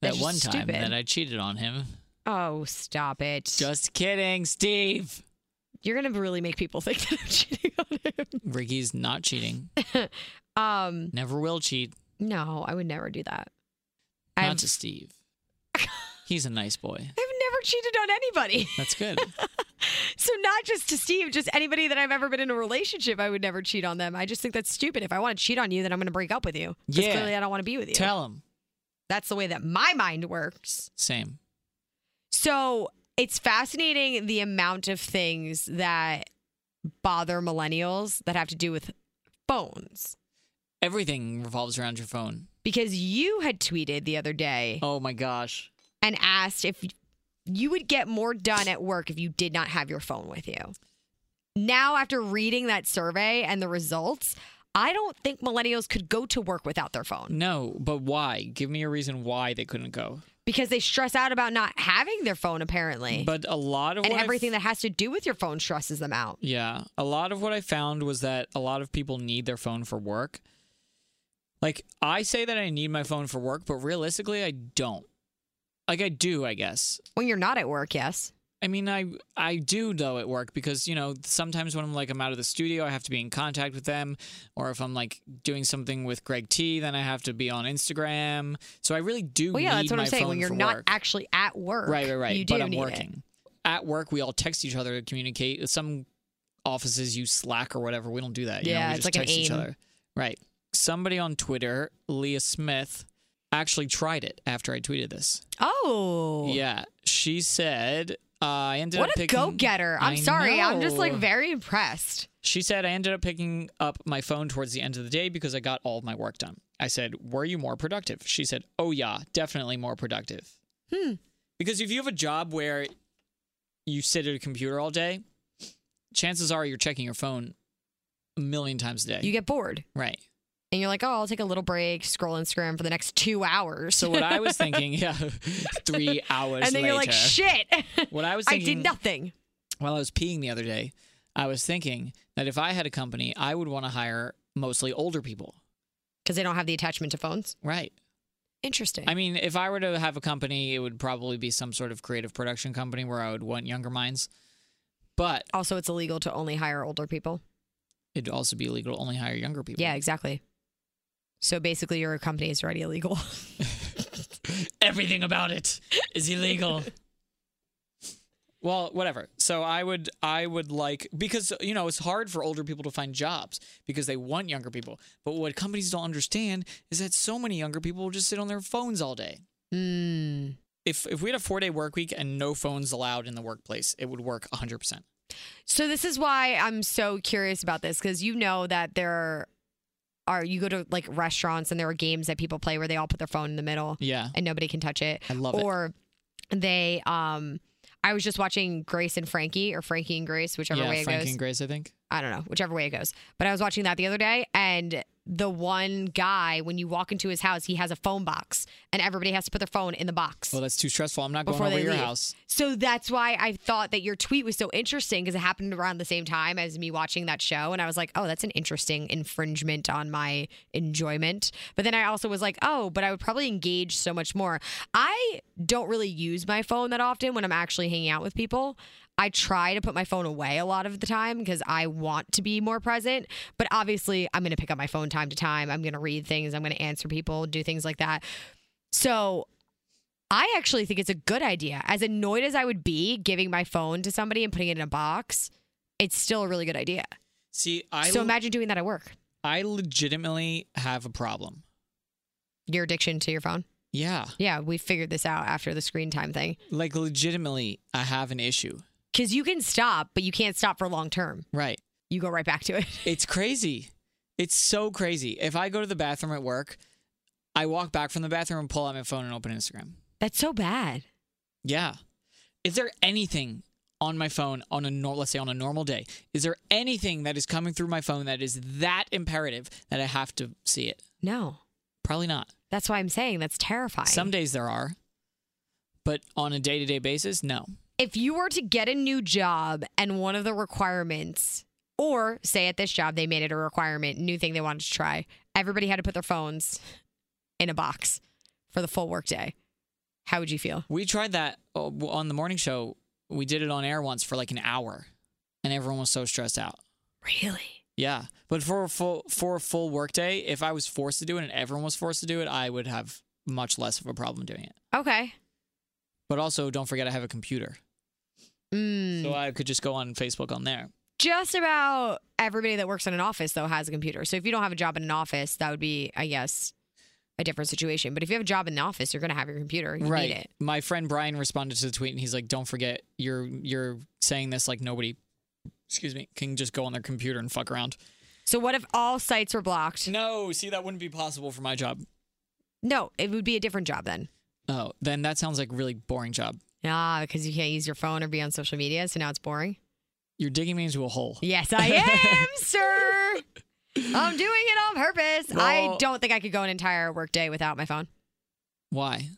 Speaker 3: That
Speaker 2: That's just
Speaker 3: one time
Speaker 2: stupid.
Speaker 3: that I cheated on him.
Speaker 2: Oh, stop it.
Speaker 3: Just kidding, Steve.
Speaker 2: You're gonna really make people think that I'm cheating on him.
Speaker 3: Ricky's not cheating.
Speaker 2: Um,
Speaker 3: Never will cheat.
Speaker 2: no, I would never do that.
Speaker 3: Not
Speaker 2: I've,
Speaker 3: to Steve. He's a nice boy.
Speaker 2: I've never cheated on anybody.
Speaker 3: That's good.
Speaker 2: So not just to Steve, just anybody that I've ever been in a relationship, I would never cheat on them. I just think that's stupid. If I want to cheat on you, then I'm gonna break up with you. 'Cause
Speaker 3: Yeah.
Speaker 2: Clearly I don't want to be with you.
Speaker 3: Tell him.
Speaker 2: that's the way that my mind works.
Speaker 3: Same.
Speaker 2: So it's fascinating the amount of things that bother millennials that have to do with phones.
Speaker 3: Everything revolves around your phone.
Speaker 2: Because you had tweeted the other day.
Speaker 3: Oh my gosh.
Speaker 2: and asked if you would get more done at work if you did not have your phone with you. Now, after reading that survey and the results, I don't think millennials could go to work without their phone
Speaker 3: No, but why? Give me a reason why they couldn't go.
Speaker 2: because they stress out about not having their phone, apparently.
Speaker 3: But a lot of
Speaker 2: and
Speaker 3: what I've-
Speaker 2: everything that has to do with your phone stresses them out.
Speaker 3: Yeah. A lot of what I found was that a lot of people need their phone for work. Like, I say that I need my phone for work, but realistically, I don't. Like, I do, I guess.
Speaker 2: When you're not at work, yes.
Speaker 3: I mean, I I do though at work because you know sometimes when I'm like I'm out of the studio, I have to be in contact with them, or if I'm like doing something with Greg T, then I have to be on Instagram. So I really do.
Speaker 2: Well, yeah,
Speaker 3: need
Speaker 2: that's what I'm
Speaker 3: my
Speaker 2: saying.
Speaker 3: Phone
Speaker 2: When you're
Speaker 3: for
Speaker 2: not
Speaker 3: work.
Speaker 2: actually at work,
Speaker 3: right, right, right.
Speaker 2: you do
Speaker 3: but I'm
Speaker 2: need it.
Speaker 3: working. At work, we all text each other to communicate. Some offices use Slack or whatever. We don't do that. you know,
Speaker 2: Yeah,
Speaker 3: we
Speaker 2: it's
Speaker 3: just
Speaker 2: like an
Speaker 3: text each
Speaker 2: AIM.
Speaker 3: other. Right. Somebody on Twitter, Leah Smith, actually tried it after I tweeted this.
Speaker 2: Oh,
Speaker 3: Yeah, she said. Uh, I ended
Speaker 2: What
Speaker 3: up
Speaker 2: a
Speaker 3: picking,
Speaker 2: go getter. I'm
Speaker 3: I
Speaker 2: sorry. I'm just like
Speaker 3: know.
Speaker 2: very impressed.
Speaker 3: She said, I ended up picking up my phone towards the end of the day because I got all of my work done. I said, Were you more productive? She said, Oh, yeah, definitely more productive.
Speaker 2: Hmm.
Speaker 3: Because if you have a job where you sit at a computer all day, chances are you're checking your phone a million times a day.
Speaker 2: You get bored.
Speaker 3: right.
Speaker 2: and you're like, oh, I'll take a little break, scroll Instagram for the next two hours.
Speaker 3: So, what I was thinking, yeah, three hours
Speaker 2: and then
Speaker 3: later.
Speaker 2: you're like, shit,
Speaker 3: what I was
Speaker 2: I
Speaker 3: thinking
Speaker 2: did nothing.
Speaker 3: while I was peeing the other day, I was thinking that if I had a company, I would want to hire mostly older people.
Speaker 2: Because they don't have the attachment to phones.
Speaker 3: Right.
Speaker 2: Interesting.
Speaker 3: I mean, if I were to have a company, it would probably be some sort of creative production company where I would want younger minds. But
Speaker 2: also, it's illegal to only hire older people.
Speaker 3: it'd also be illegal to only hire younger people.
Speaker 2: Yeah, exactly. So basically, your company is already illegal.
Speaker 3: Everything about it is illegal. well, whatever. So I would I would like because you know, it's hard for older people to find jobs because they want younger people. But what companies don't understand is that so many younger people will just sit on their phones all day.
Speaker 2: Hmm.
Speaker 3: If if we had a 4-day work week and no phones allowed in the workplace, it would work 100%.
Speaker 2: So this is why I'm so curious about this because you know that there are you go to like restaurants and there are games that people play where they all put their phone in the middle
Speaker 3: Yeah.
Speaker 2: and nobody can touch it.
Speaker 3: I love it.
Speaker 2: or they um I was just watching Grace and Frankie or Frankie and Grace, whichever
Speaker 3: yeah,
Speaker 2: way it
Speaker 3: Frank
Speaker 2: goes.
Speaker 3: and Grace, I think.
Speaker 2: I don't know, whichever way it goes. But I was watching that the other day, and the one guy, when you walk into his house, he has a phone box, and everybody has to put their phone in the box.
Speaker 3: Well, that's too stressful. I'm not going
Speaker 2: Before
Speaker 3: over
Speaker 2: they
Speaker 3: your
Speaker 2: leave.
Speaker 3: house.
Speaker 2: So that's why I thought that your tweet was so interesting because it happened around the same time as me watching that show. And I was like, oh, that's an interesting infringement on my enjoyment. But then I also was like, oh, but I would probably engage so much more. I don't really use my phone that often when I'm actually hanging out with people. I try to put my phone away a lot of the time because I want to be more present. But obviously, I'm going to pick up my phone time to time. I'm going to read things. I'm going to answer people, do things like that. So I actually think it's a good idea. As annoyed as I would be giving my phone to somebody and putting it in a box, it's still a really good idea.
Speaker 3: See, I
Speaker 2: so imagine doing that at work.
Speaker 3: I legitimately have a problem.
Speaker 2: Your addiction to your phone.
Speaker 3: Yeah,
Speaker 2: Yeah, we figured this out after the screen time thing.
Speaker 3: like legitimately, I have an issue.
Speaker 2: Because you can stop, but you can't stop for long term.
Speaker 3: Right.
Speaker 2: You go right back to it.
Speaker 3: It's crazy. It's so crazy. If I go to the bathroom at work, I walk back from the bathroom and pull out my phone and open Instagram.
Speaker 2: That's so bad.
Speaker 3: Yeah. Is there anything on my phone on a nor- let's say on a normal day? Is there anything that is coming through my phone that is that imperative that I have to see it?
Speaker 2: No,
Speaker 3: Probably not.
Speaker 2: that's why I'm saying that's terrifying.
Speaker 3: Some days there are, but on a day to day basis, no.
Speaker 2: if you were to get a new job and one of the requirements, or say at this job they made it a requirement, new thing they wanted to try, everybody had to put their phones in a box for the full workday. How would you feel?
Speaker 3: We tried that uh, w- on the morning show. We did it on air once for like an hour, and everyone was so stressed out.
Speaker 2: Really?
Speaker 3: Yeah, but for a full for a full workday, if I was forced to do it and everyone was forced to do it, I would have much less of a problem doing it.
Speaker 2: Okay.
Speaker 3: But also, don't forget I have a computer,
Speaker 2: Mm.
Speaker 3: so I could just go on Facebook on there.
Speaker 2: Just about everybody that works in an office, though, has a computer. So if you don't have a job in an office, that would be, I guess, a different situation. But if you have a job in an office, you're going to have your computer. You
Speaker 3: right.
Speaker 2: need it.
Speaker 3: My friend Brian responded to the tweet and he's like, "Don't forget, you're you're saying this like nobody, excuse me, can just go on their computer and fuck around."
Speaker 2: So what if all sites were blocked?
Speaker 3: No, see, that wouldn't be possible for my job.
Speaker 2: No, it would be a different job then.
Speaker 3: Oh, then that sounds like a really boring job.
Speaker 2: Ah, because you can't use your phone or be on social media, so now it's boring.
Speaker 3: You're digging me into a hole.
Speaker 2: Yes, I am, sir. I'm doing it on purpose. I
Speaker 3: Well-
Speaker 2: don't think I could go an entire workday without my phone
Speaker 3: Why?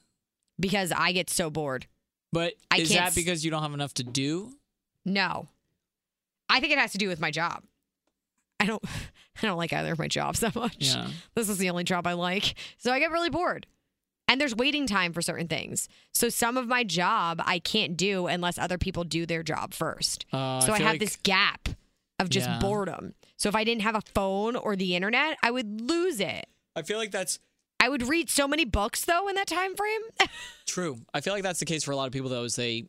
Speaker 2: because I get so bored.
Speaker 3: But
Speaker 2: I
Speaker 3: is
Speaker 2: can't
Speaker 3: that
Speaker 2: s-
Speaker 3: because you don't have enough to do?
Speaker 2: No, I think it has to do with my job. I don't, I don't like either of my jobs that much.
Speaker 3: Yeah.
Speaker 2: This is the only job I like, so I get really bored. And there's waiting time for certain things. So some of my job I can't do unless other people do their job first.
Speaker 3: Uh,
Speaker 2: so I,
Speaker 3: feel
Speaker 2: have
Speaker 3: like-
Speaker 2: this gap of just
Speaker 3: Yeah.
Speaker 2: boredom. So if I didn't have a phone or the internet, I would lose it.
Speaker 3: I feel like that's
Speaker 2: I would read so many books though in that time frame.
Speaker 3: true. I feel like that's the case for a lot of people though. Is they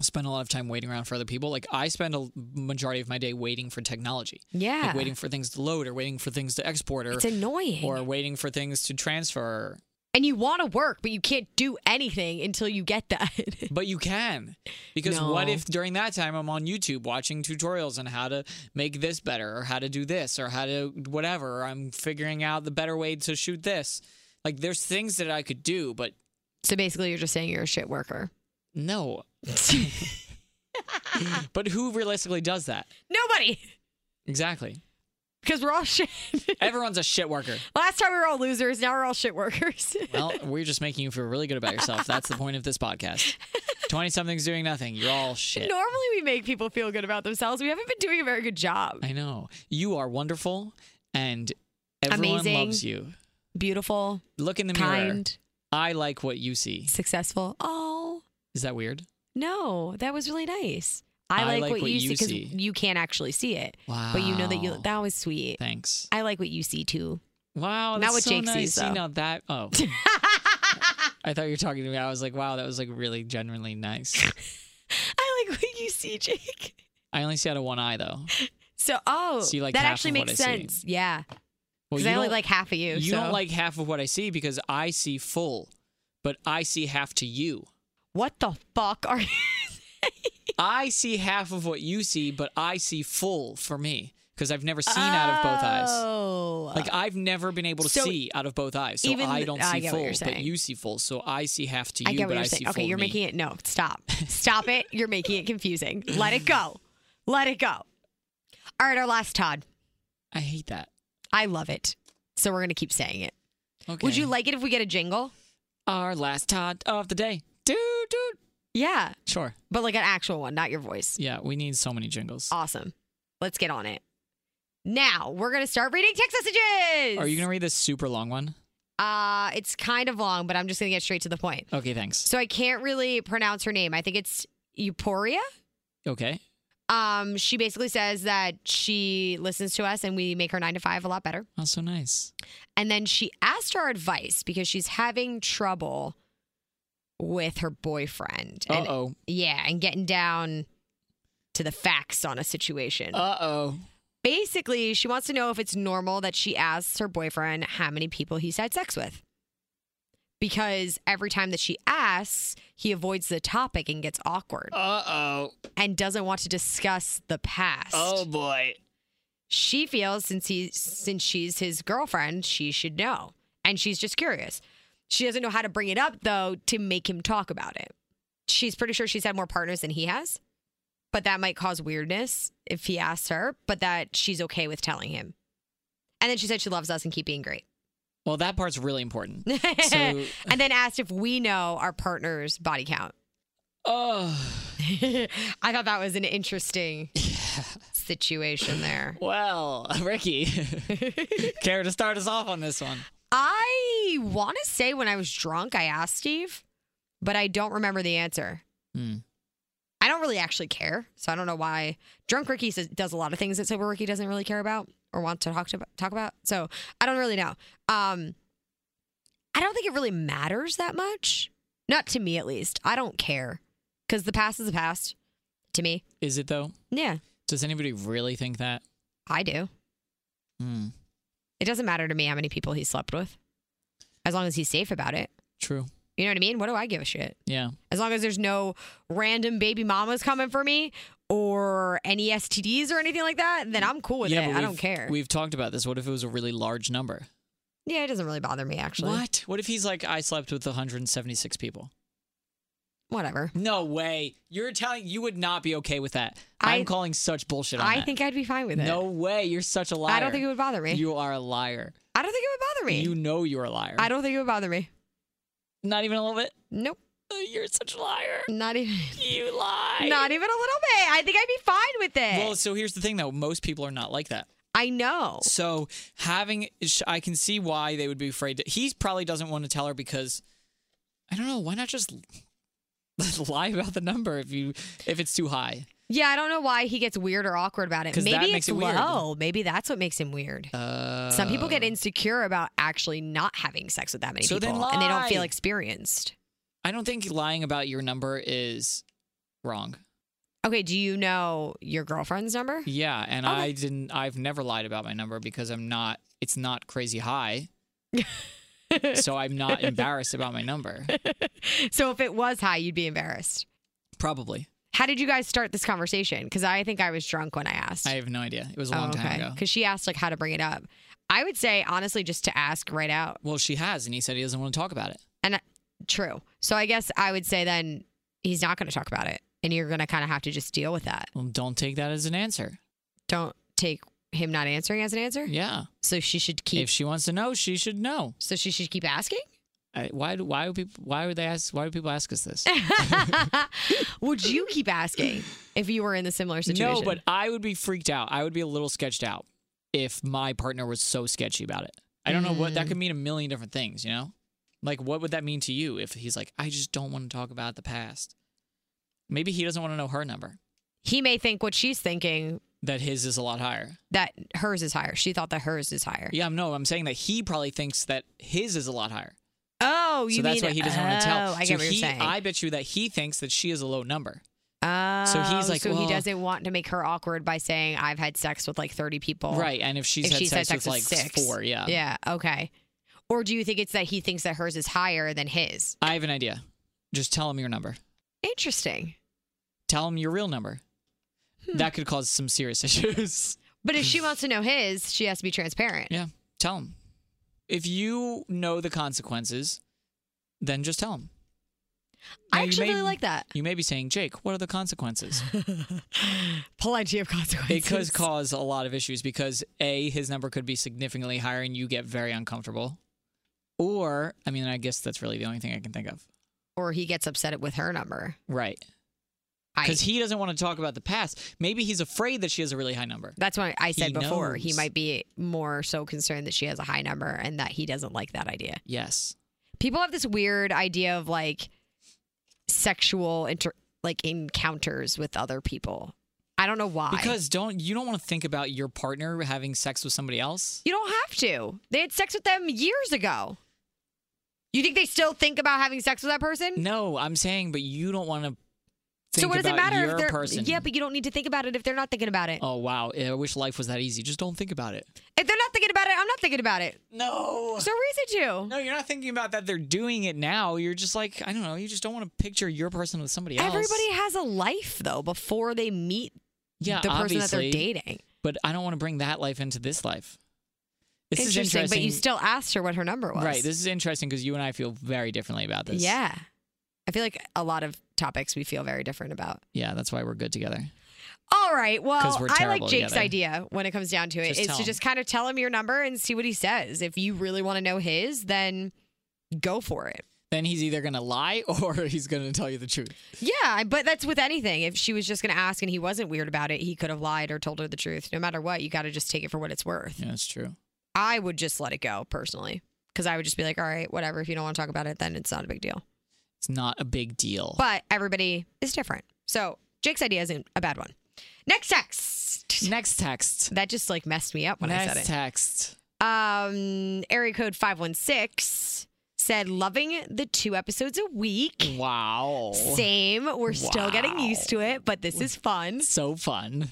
Speaker 3: spend a lot of time waiting around for other people. Like I spend a majority of my day waiting for technology,
Speaker 2: yeah.
Speaker 3: like waiting for things to load or waiting for things to export or
Speaker 2: it's annoying.
Speaker 3: or waiting for things to transfer.
Speaker 2: and you want to work, but you can't do anything until you get that.
Speaker 3: But you can because what
Speaker 2: No.
Speaker 3: if during that time I'm on YouTube watching tutorials on how to make this better or how to do this or how to whatever or I'm figuring out the better way to shoot this. Like there's things that I could do, but
Speaker 2: so basically you're just saying you're a shit worker.
Speaker 3: no. But who realistically does that?
Speaker 2: Nobody.
Speaker 3: Exactly.
Speaker 2: Because we're all shit.
Speaker 3: Everyone's a shit worker.
Speaker 2: Last time we were all losers, now we're all shit workers.
Speaker 3: Well, we're just making you feel really good about yourself. That's the point of this podcast. 20 something's doing nothing. You're all shit.
Speaker 2: Normally we make people feel good about themselves. We haven't been doing a very good job.
Speaker 3: I know. You are wonderful and everyone
Speaker 2: Amazing.
Speaker 3: loves you.
Speaker 2: Beautiful,
Speaker 3: Look in the mirror.
Speaker 2: kind,
Speaker 3: I like what you see.
Speaker 2: successful. Oh.
Speaker 3: Is that weird?
Speaker 2: No, that was really nice. I, like, what, you see because
Speaker 3: see. Oh.
Speaker 2: you can't actually see it,
Speaker 3: Wow.
Speaker 2: but you know that you that was sweet.
Speaker 3: Thanks.
Speaker 2: I like what you see too.
Speaker 3: Wow.
Speaker 2: Not
Speaker 3: That's
Speaker 2: what
Speaker 3: so
Speaker 2: Jake
Speaker 3: nice.
Speaker 2: sees, though.
Speaker 3: You know that. Oh. I thought you were talking to me. I was like, wow, that was like really genuinely nice.
Speaker 2: I like what you see, Jake.
Speaker 3: I only see out of one eye though.
Speaker 2: So, oh,
Speaker 3: So you like
Speaker 2: that
Speaker 3: half
Speaker 2: actually
Speaker 3: of what
Speaker 2: makes
Speaker 3: I see.
Speaker 2: sense. Yeah,
Speaker 3: Well,
Speaker 2: because
Speaker 3: you
Speaker 2: I only
Speaker 3: don't-
Speaker 2: like half of you.
Speaker 3: You
Speaker 2: so.
Speaker 3: don't like half of what I see because I see full, but I see half to you.
Speaker 2: what the fuck are you?
Speaker 3: I see half of what you see, but I see full for me because I've never seen out of both eyes.
Speaker 2: Oh,
Speaker 3: Like I've never been able to
Speaker 2: So
Speaker 3: see out of both eyes, so
Speaker 2: even-
Speaker 3: I don't
Speaker 2: I
Speaker 3: see
Speaker 2: get what
Speaker 3: full,
Speaker 2: you're
Speaker 3: but
Speaker 2: saying.
Speaker 3: you see full, so I see half to you,
Speaker 2: I get what
Speaker 3: but
Speaker 2: you're
Speaker 3: I see
Speaker 2: saying. Okay,
Speaker 3: full
Speaker 2: you're
Speaker 3: to me.
Speaker 2: making it no. Stop, stop it. You're making it confusing. Let it go. Let it go. All right, our last Todd.
Speaker 3: I hate that.
Speaker 2: I love it. So we're going to keep saying it.
Speaker 3: Okay.
Speaker 2: Would you like it if we get a jingle?
Speaker 3: our last Todd of the day? Dude, dude.
Speaker 2: Yeah,
Speaker 3: Sure.
Speaker 2: but like an actual one, not your voice.
Speaker 3: Yeah, we need so many jingles.
Speaker 2: Awesome. Let's get on it. Now we're going to start reading text messages.
Speaker 3: Are you gonna read this super long one?
Speaker 2: Uh, it's kind of long, but I'm just going to get straight to the point.
Speaker 3: Okay, thanks.
Speaker 2: So I can't really pronounce her name. I think it's Euporia.
Speaker 3: Okay.
Speaker 2: Um, she basically says that she listens to us and we make her nine to five a lot better.
Speaker 3: Oh, so nice.
Speaker 2: And then she asked our advice because she's having trouble with her boyfriend.
Speaker 3: Uh
Speaker 2: And
Speaker 3: oh.
Speaker 2: yeah, and getting down to the facts on a situation.
Speaker 3: Uh oh.
Speaker 2: Basically, she wants to know if it's normal that she asks her boyfriend how many people he's had sex with. Because every time that she asks, he avoids the topic and gets awkward
Speaker 3: Uh oh.
Speaker 2: and doesn't want to discuss the past.
Speaker 3: boy.
Speaker 2: She feels since he since she's his girlfriend, she should know. And she's just curious. She doesn't know how to bring it up though to make him talk about it. She's pretty sure she's had more partners than he has. But that might cause weirdness if he asks her, but that she's okay with telling him. And then she said she loves us and keep being great.
Speaker 3: Well, that part's really important. So,
Speaker 2: and then asked if we know our partner's body count.
Speaker 3: oh,
Speaker 2: I thought that was an interesting situation there.
Speaker 3: well, Ricky, care to start us off on this one?
Speaker 2: I want to say when I was drunk, I asked Steve, but I don't remember the answer.
Speaker 3: Hmm.
Speaker 2: I don't really actually care, so I don't know why. Drunk Ricky says, does a lot of things that sober Ricky doesn't really care about or want to talk to talk about. So I don't really know. Um, I don't think it really matters that much, not to me at least. I don't care because the past is the past to me.
Speaker 3: Is it though?
Speaker 2: Yeah,
Speaker 3: Does anybody really think that?
Speaker 2: I do.
Speaker 3: Hmm.
Speaker 2: It doesn't matter to me how many people he slept with, as long as he's safe about it.
Speaker 3: True.
Speaker 2: You know what I mean? What do I give a shit?
Speaker 3: Yeah.
Speaker 2: As long as there's no random baby mamas coming for me or any STDs or anything like that, then I'm cool with
Speaker 3: yeah,
Speaker 2: it.
Speaker 3: but
Speaker 2: I don't
Speaker 3: we've-
Speaker 2: care.
Speaker 3: We've talked about this. What if it was a really large number?
Speaker 2: Yeah, it doesn't really bother me actually.
Speaker 3: What? What if he's like, I slept with 176 people?
Speaker 2: Whatever.
Speaker 3: No way. You're telling you would not be okay with that.
Speaker 2: I-
Speaker 3: I'm calling such bullshit on
Speaker 2: I
Speaker 3: that.
Speaker 2: think I'd be fine with it.
Speaker 3: No way. You're such a liar.
Speaker 2: I don't think it would bother me.
Speaker 3: You are a liar.
Speaker 2: I don't think it would bother me.
Speaker 3: You know you're a liar.
Speaker 2: I don't think it would bother me.
Speaker 3: Not even a little bit.
Speaker 2: Nope.
Speaker 3: Uh, You're such a liar.
Speaker 2: Not even
Speaker 3: You lie.
Speaker 2: not even a little bit. I think I'd be fine with it.
Speaker 3: Well, so here's the thing though. Most people are not like that.
Speaker 2: I know.
Speaker 3: So having, sh- I can see why they would be afraid. To, he probably doesn't want to tell her because, I don't know. Why not just lie about the number if you if it's too high?
Speaker 2: Yeah, I don't know why he gets weird or awkward about it.
Speaker 3: 'Cause
Speaker 2: Maybe
Speaker 3: that
Speaker 2: it's
Speaker 3: makes it weird.
Speaker 2: low. Maybe that's what makes him weird.
Speaker 3: Uh,
Speaker 2: Some people get insecure about actually not having sex with that many
Speaker 3: So then
Speaker 2: people, and they don't
Speaker 3: lie.
Speaker 2: feel experienced.
Speaker 3: I don't think lying about your number is wrong.
Speaker 2: Okay, do you know your girlfriend's number?
Speaker 3: Yeah, and
Speaker 2: Okay.
Speaker 3: I didn't. I've never lied about my number because I'm not. It's not crazy high, so I'm not embarrassed about my number.
Speaker 2: so if it was high, you'd be embarrassed.
Speaker 3: Probably.
Speaker 2: How did you guys start this conversation? Because I think I was drunk when I asked.
Speaker 3: I have no idea. It was a
Speaker 2: Oh,
Speaker 3: long time ago.
Speaker 2: Because she asked like how to bring it up. I would say honestly, just to ask right out.
Speaker 3: Well, she has, and he said he doesn't want to talk about it.
Speaker 2: And I- true. So I guess I would say then he's not going to talk about it, and you're going to kind of have to just deal with that.
Speaker 3: Well, don't take that as an answer.
Speaker 2: Don't take him not answering as an answer.
Speaker 3: Yeah.
Speaker 2: So she should keep.
Speaker 3: If she wants to know, she should know.
Speaker 2: so she should keep asking.
Speaker 3: I, why? do- Why would people? Why would they ask? Why would people ask us this?
Speaker 2: would you keep asking if you were in the similar situation?
Speaker 3: no, but I would be freaked out. I would be a little sketched out if my partner was so sketchy about it. I don't know what that could
Speaker 2: Mm.
Speaker 3: mean. A million different things, you know. Like, what would that mean to you if he's like, I just don't want to talk about the past? Maybe he doesn't want to know her number.
Speaker 2: he may think what she's thinking
Speaker 3: That his is a lot higher.
Speaker 2: that hers is higher. She thought that hers is higher.
Speaker 3: Yeah, no, I'm saying that he probably thinks that his is a lot higher.
Speaker 2: Oh, you
Speaker 3: so that's
Speaker 2: mean
Speaker 3: why he doesn't
Speaker 2: oh,
Speaker 3: want to tell.
Speaker 2: I get
Speaker 3: so
Speaker 2: what you're
Speaker 3: he-
Speaker 2: saying.
Speaker 3: I bet you that he thinks that she is a low number.
Speaker 2: oh,
Speaker 3: So he's like,
Speaker 2: so
Speaker 3: well-
Speaker 2: he doesn't want to make her awkward by saying I've had sex with like 30 people.
Speaker 3: Right. And if she's
Speaker 2: If
Speaker 3: had
Speaker 2: she's had
Speaker 3: sex,
Speaker 2: sex
Speaker 3: with
Speaker 2: with
Speaker 3: like
Speaker 2: six.
Speaker 3: four, yeah.
Speaker 2: Yeah. Okay. Or do you think it's that he thinks that hers is higher than his?
Speaker 3: I have an idea. Just tell him your number.
Speaker 2: Interesting.
Speaker 3: Tell him your real number.
Speaker 2: Hmm.
Speaker 3: That could cause some serious issues.
Speaker 2: But if she wants to know his, she has to be transparent.
Speaker 3: yeah. Tell him. If you know the consequences, then just tell him.
Speaker 2: I
Speaker 3: Now, you
Speaker 2: actually
Speaker 3: may-
Speaker 2: really like that.
Speaker 3: You may be saying, Jake, what are the consequences?
Speaker 2: Plenty of consequences.
Speaker 3: It could cause a lot of issues because A, his number could be significantly higher and you get very uncomfortable. Or, I mean, I guess that's really the only thing I can think of.
Speaker 2: or he gets upset with her number.
Speaker 3: Right.
Speaker 2: I,
Speaker 3: Because he doesn't want to talk about the past. Maybe he's afraid that she has a really high number.
Speaker 2: that's what I said
Speaker 3: He
Speaker 2: before. He
Speaker 3: knows.
Speaker 2: might be more so concerned that she has a high number and that he doesn't like that idea.
Speaker 3: Yes.
Speaker 2: People have this weird idea of like sexual inter- like encounters with other people. I don't know why.
Speaker 3: Because don't you don't want to think about your partner having sex with somebody else?
Speaker 2: you don't have to. They had sex with them years ago. You think they still think about having sex with that person?
Speaker 3: No, I'm saying, but you don't want to think
Speaker 2: so what does
Speaker 3: about
Speaker 2: it matter
Speaker 3: your
Speaker 2: if they're
Speaker 3: person.
Speaker 2: Yeah, but you don't need to think about it if they're not thinking about it.
Speaker 3: Oh wow! I wish life was that easy. Just don't think about it.
Speaker 2: If they're not thinking about it, I'm not thinking about it.
Speaker 3: No.
Speaker 2: There's no reason to.
Speaker 3: No, you're not thinking about that. They're doing it now. You're just like I don't know. You just don't want to picture your person with somebody else.
Speaker 2: Everybody has a life though before they meet
Speaker 3: yeah,
Speaker 2: the person that
Speaker 3: obviously.
Speaker 2: they're dating.
Speaker 3: But I don't want to bring that life into this life. This
Speaker 2: interesting,
Speaker 3: is interesting.
Speaker 2: but you still asked her what her number was.
Speaker 3: right. This is interesting because you and I feel very differently about this.
Speaker 2: Yeah. I feel like a lot of topics we feel very different about.
Speaker 3: Yeah. That's why we're good together.
Speaker 2: All right. Well,
Speaker 3: 'Cause we're
Speaker 2: I like
Speaker 3: terrible
Speaker 2: Jake's
Speaker 3: together.
Speaker 2: idea when it comes down to it,
Speaker 3: Just
Speaker 2: is
Speaker 3: tell
Speaker 2: to
Speaker 3: him.
Speaker 2: just kind of tell him your number and see what he says. If you really want to know his, then go for it.
Speaker 3: Then he's either gonna lie or he's gonna tell you the truth.
Speaker 2: Yeah, but that's with anything. If she was just going to ask and he wasn't weird about it, he could have lied or told her the truth. No matter what, you got to just take it for what it's worth.
Speaker 3: Yeah, that's true.
Speaker 2: I would just let it go personally because I would just be like, all right, whatever. If you don't want to talk about it, then it's not a big deal.
Speaker 3: It's not a big deal.
Speaker 2: But everybody is different. So Jake's idea isn't a bad one. Next text.
Speaker 3: Next text.
Speaker 2: That just like messed me up when I
Speaker 3: Next
Speaker 2: said it.
Speaker 3: text.
Speaker 2: Um, area code 516 said, loving the two episodes a week.
Speaker 3: Wow.
Speaker 2: Same. We're still getting
Speaker 3: Wow.
Speaker 2: used to it, but this is fun.
Speaker 3: So fun.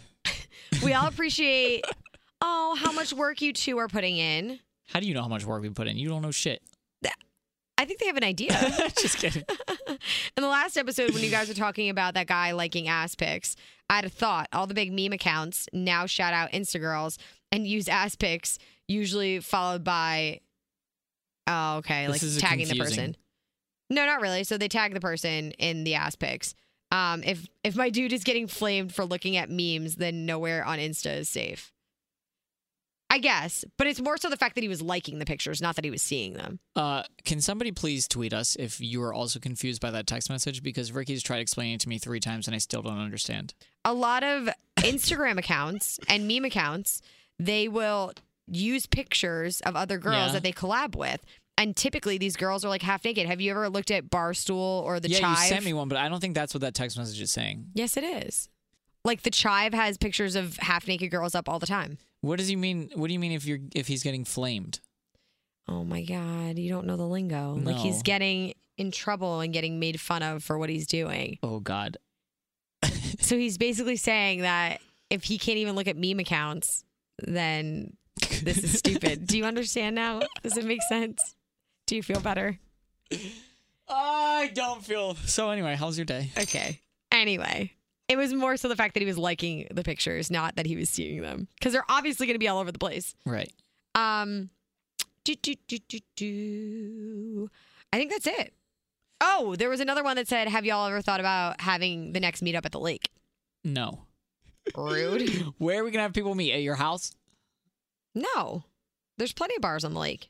Speaker 2: We all appreciate, oh, how much work you two are putting in.
Speaker 3: How do you know how much work we put in? You don't know shit.
Speaker 2: I think they have an idea.
Speaker 3: Just kidding.
Speaker 2: In the last episode, when you guys were talking about that guy liking ass pics, I had a thought. All the big meme accounts now shout out Instagirls and use ass pics, usually followed by, oh, okay,
Speaker 3: This is
Speaker 2: like tagging the
Speaker 3: confusing.
Speaker 2: person. No, not really. So they tag the person in the ass pics. Um, if if my dude is getting flamed for looking at memes, then nowhere on Insta is safe. I guess, but it's more so the fact that he was liking the pictures, not that he was seeing them.
Speaker 3: Uh, can somebody please tweet us if you are also confused by that text message? Because Ricky's tried explaining it to me three times and I still don't understand.
Speaker 2: a lot of Instagram accounts and meme accounts, they will use pictures of other girls
Speaker 3: Yeah.
Speaker 2: that they collab with. And typically these girls are like half naked. Have you ever looked at Barstool or the
Speaker 3: yeah,
Speaker 2: Chive?
Speaker 3: you sent me one, but I don't think that's what that text message is saying.
Speaker 2: yes, it is. Like the Chive has pictures of half naked girls up all the time.
Speaker 3: What does he mean? What do you mean if you're if he's getting flamed?
Speaker 2: Oh my God, you don't know the lingo. Like he's
Speaker 3: No.
Speaker 2: getting in trouble and getting made fun of for what he's doing.
Speaker 3: Oh God.
Speaker 2: So he's basically saying that if he can't even look at meme accounts, then this is stupid. Do you understand now? Does it make sense? Do you feel better?
Speaker 3: I don't feel. So anyway, how's your day?
Speaker 2: Okay. Anyway, it was more so the fact that he was liking the pictures, not that he was seeing them, because they're obviously going to be all over the place.
Speaker 3: Right.
Speaker 2: Um, do, do, do, do, do. I think that's it. Oh, there was another one that said, "Have y'all ever thought about having the next meetup at the lake?"
Speaker 3: No.
Speaker 2: Rude.
Speaker 3: Where are we gonna have people meet? At your house?
Speaker 2: No, there's plenty of bars on the lake.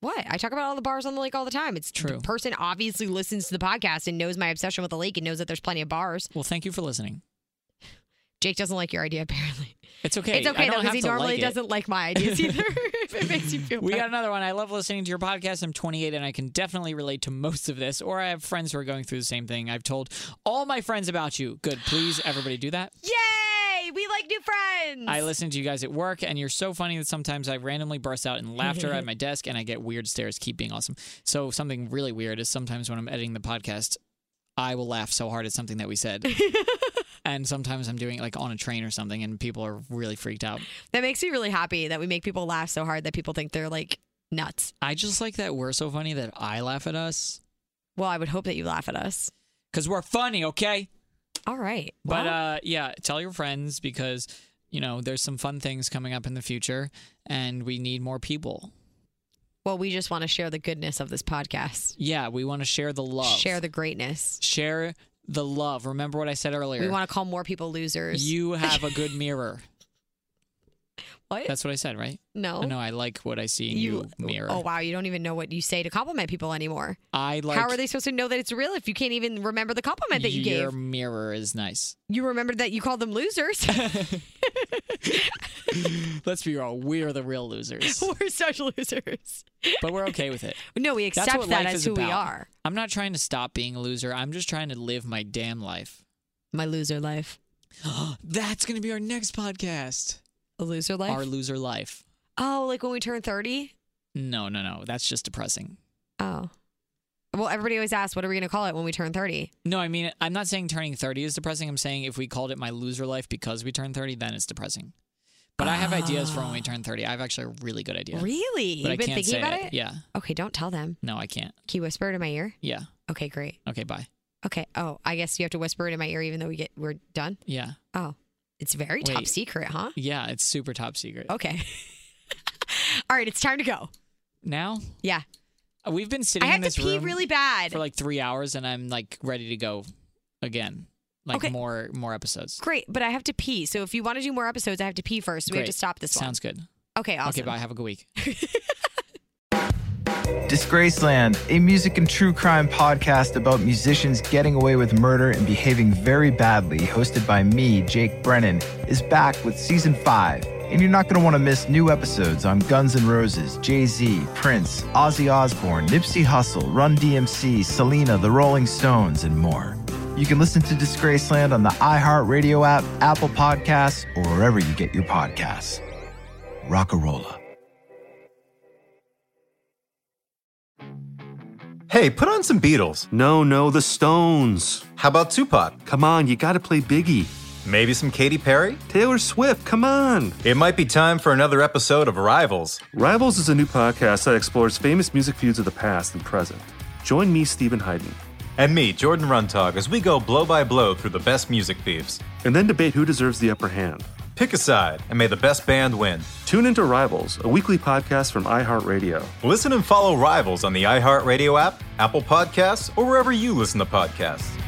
Speaker 2: What? I talk about all the bars on the lake all the time. It's
Speaker 3: True.
Speaker 2: The person obviously listens to the podcast and knows my obsession with the lake and knows that there's plenty of bars.
Speaker 3: Well, thank you for listening.
Speaker 2: Jake doesn't like your idea, apparently.
Speaker 3: It's okay.
Speaker 2: it's
Speaker 3: I
Speaker 2: okay,
Speaker 3: don't
Speaker 2: though,
Speaker 3: have
Speaker 2: because he
Speaker 3: to
Speaker 2: normally
Speaker 3: like it.
Speaker 2: doesn't like my ideas either. if it makes you feel
Speaker 3: We
Speaker 2: better.
Speaker 3: got another one. I love listening to your podcast. I'm 28 and I can definitely relate to most of this. Or I have friends who are going through the same thing. I've told all my friends about you. Good. Please, everybody do that.
Speaker 2: Yay! We like new friends!
Speaker 3: I listen to you guys at work, and you're so funny that sometimes I randomly burst out in laughter at my desk and I get weird stares. Keep being awesome. So, something really weird is sometimes when I'm editing the podcast, I will laugh so hard at something that we said. and sometimes I'm doing it like on a train or something, and people are really freaked out.
Speaker 2: that makes me really happy that we make people laugh so hard that people think they're like nuts.
Speaker 3: I just like that we're so funny that I laugh at us
Speaker 2: Well, I would hope that you laugh at us.
Speaker 3: because we're funny, okay?
Speaker 2: All right.
Speaker 3: But
Speaker 2: Well,
Speaker 3: uh, yeah, tell your friends because you know there's some fun things coming up in the future, and we need more people.
Speaker 2: Well, we just want to share the goodness of this podcast.
Speaker 3: Yeah, we want to share the love.
Speaker 2: Share the greatness.
Speaker 3: share the love. Remember what I said earlier.
Speaker 2: We want to call more people losers.
Speaker 3: you have a good mirror.
Speaker 2: what?
Speaker 3: That's what I said, right?
Speaker 2: no.
Speaker 3: No, I like what I see in you, mirror.
Speaker 2: Oh wow, you don't even know what you say to compliment people anymore.
Speaker 3: I like
Speaker 2: How are they supposed to know that it's real if you can't even remember the compliment that you
Speaker 3: your
Speaker 2: gave?
Speaker 3: mirror is nice.
Speaker 2: You remembered that you called them losers.
Speaker 3: Let's be real. We're the real losers,
Speaker 2: we're such losers.
Speaker 3: but we're okay with it.
Speaker 2: No, we
Speaker 3: That's
Speaker 2: accept
Speaker 3: what
Speaker 2: that
Speaker 3: life
Speaker 2: as
Speaker 3: is
Speaker 2: who we
Speaker 3: about.
Speaker 2: are.
Speaker 3: I'm not trying to stop being a loser. I'm just trying to live my damn life.
Speaker 2: My loser life.
Speaker 3: That's going to be our next podcast.
Speaker 2: A loser life.
Speaker 3: Our loser life.
Speaker 2: oh, like when we turn thirty.
Speaker 3: No, no, no. That's just depressing.
Speaker 2: Oh. Well, everybody always asks, what are we going to call it when we turn 30?
Speaker 3: No, I mean, I'm not saying turning 30 is depressing. I'm saying if we called it my loser life because we turned 30, then it's depressing. But I have ideas for when we turn 30. I have actually a really good idea.
Speaker 2: Really? You've
Speaker 3: But I
Speaker 2: been
Speaker 3: can't
Speaker 2: thinking
Speaker 3: say
Speaker 2: about
Speaker 3: it.
Speaker 2: it?
Speaker 3: Yeah.
Speaker 2: Okay, don't tell them.
Speaker 3: No, I can't.
Speaker 2: Can you whisper it in my ear?
Speaker 3: Yeah.
Speaker 2: Okay, great.
Speaker 3: Okay, bye.
Speaker 2: Okay. Oh, I guess you have to whisper it in my ear even though we get we're done.
Speaker 3: Yeah.
Speaker 2: Oh. It's very top
Speaker 3: Wait.
Speaker 2: secret, huh?
Speaker 3: Yeah, it's super top secret.
Speaker 2: Okay. All right, it's time to go.
Speaker 3: Now, Uh,
Speaker 2: Yeah.
Speaker 3: we've been
Speaker 2: I
Speaker 3: sitting in
Speaker 2: had
Speaker 3: this
Speaker 2: to pee
Speaker 3: room
Speaker 2: really bad.
Speaker 3: for like 3 hours and I'm like ready to go again. Like
Speaker 2: Okay.
Speaker 3: more more episodes.
Speaker 2: great, but I have to pee. So if you want to do more episodes, I have to pee first. So we have
Speaker 3: Great.
Speaker 2: to stop this
Speaker 3: Sounds good.
Speaker 2: one. Okay, awesome.
Speaker 3: Okay, bye. Have a good week.
Speaker 4: Disgraceland, a music and true crime podcast about musicians getting away with murder and behaving very badly, hosted by me, Jake Brennan, is back with season five. And you're not going to want to miss new episodes on Guns N' Roses, Jay Z, Prince, Ozzy Osbourne, Nipsey Hussle, Run DMC, Selena, The Rolling Stones, and more. You can listen to Disgraceland on the iHeartRadio app, Apple Podcasts, or wherever you get your podcasts. Rockarola.
Speaker 5: Hey, put on some Beatles.
Speaker 6: No, no, the Stones.
Speaker 5: How about Tupac?
Speaker 6: Come on, you gotta play Biggie.
Speaker 5: Maybe some Katy Perry?
Speaker 6: Taylor Swift, come on.
Speaker 5: It might be time for another episode of Rivals.
Speaker 7: Rivals is a new podcast that explores famous music feuds of the past and present. Join me, Stephen Hayden,
Speaker 5: And me, Jordan Runtog, as we go blow by blow through the best music thieves.
Speaker 7: and then debate who deserves the upper hand.
Speaker 5: Pick a side, and may the best band win.
Speaker 7: Tune into Rivals, a weekly podcast from iHeartRadio.
Speaker 5: Listen and follow Rivals on the iHeartRadio app, Apple Podcasts, or wherever you listen to podcasts.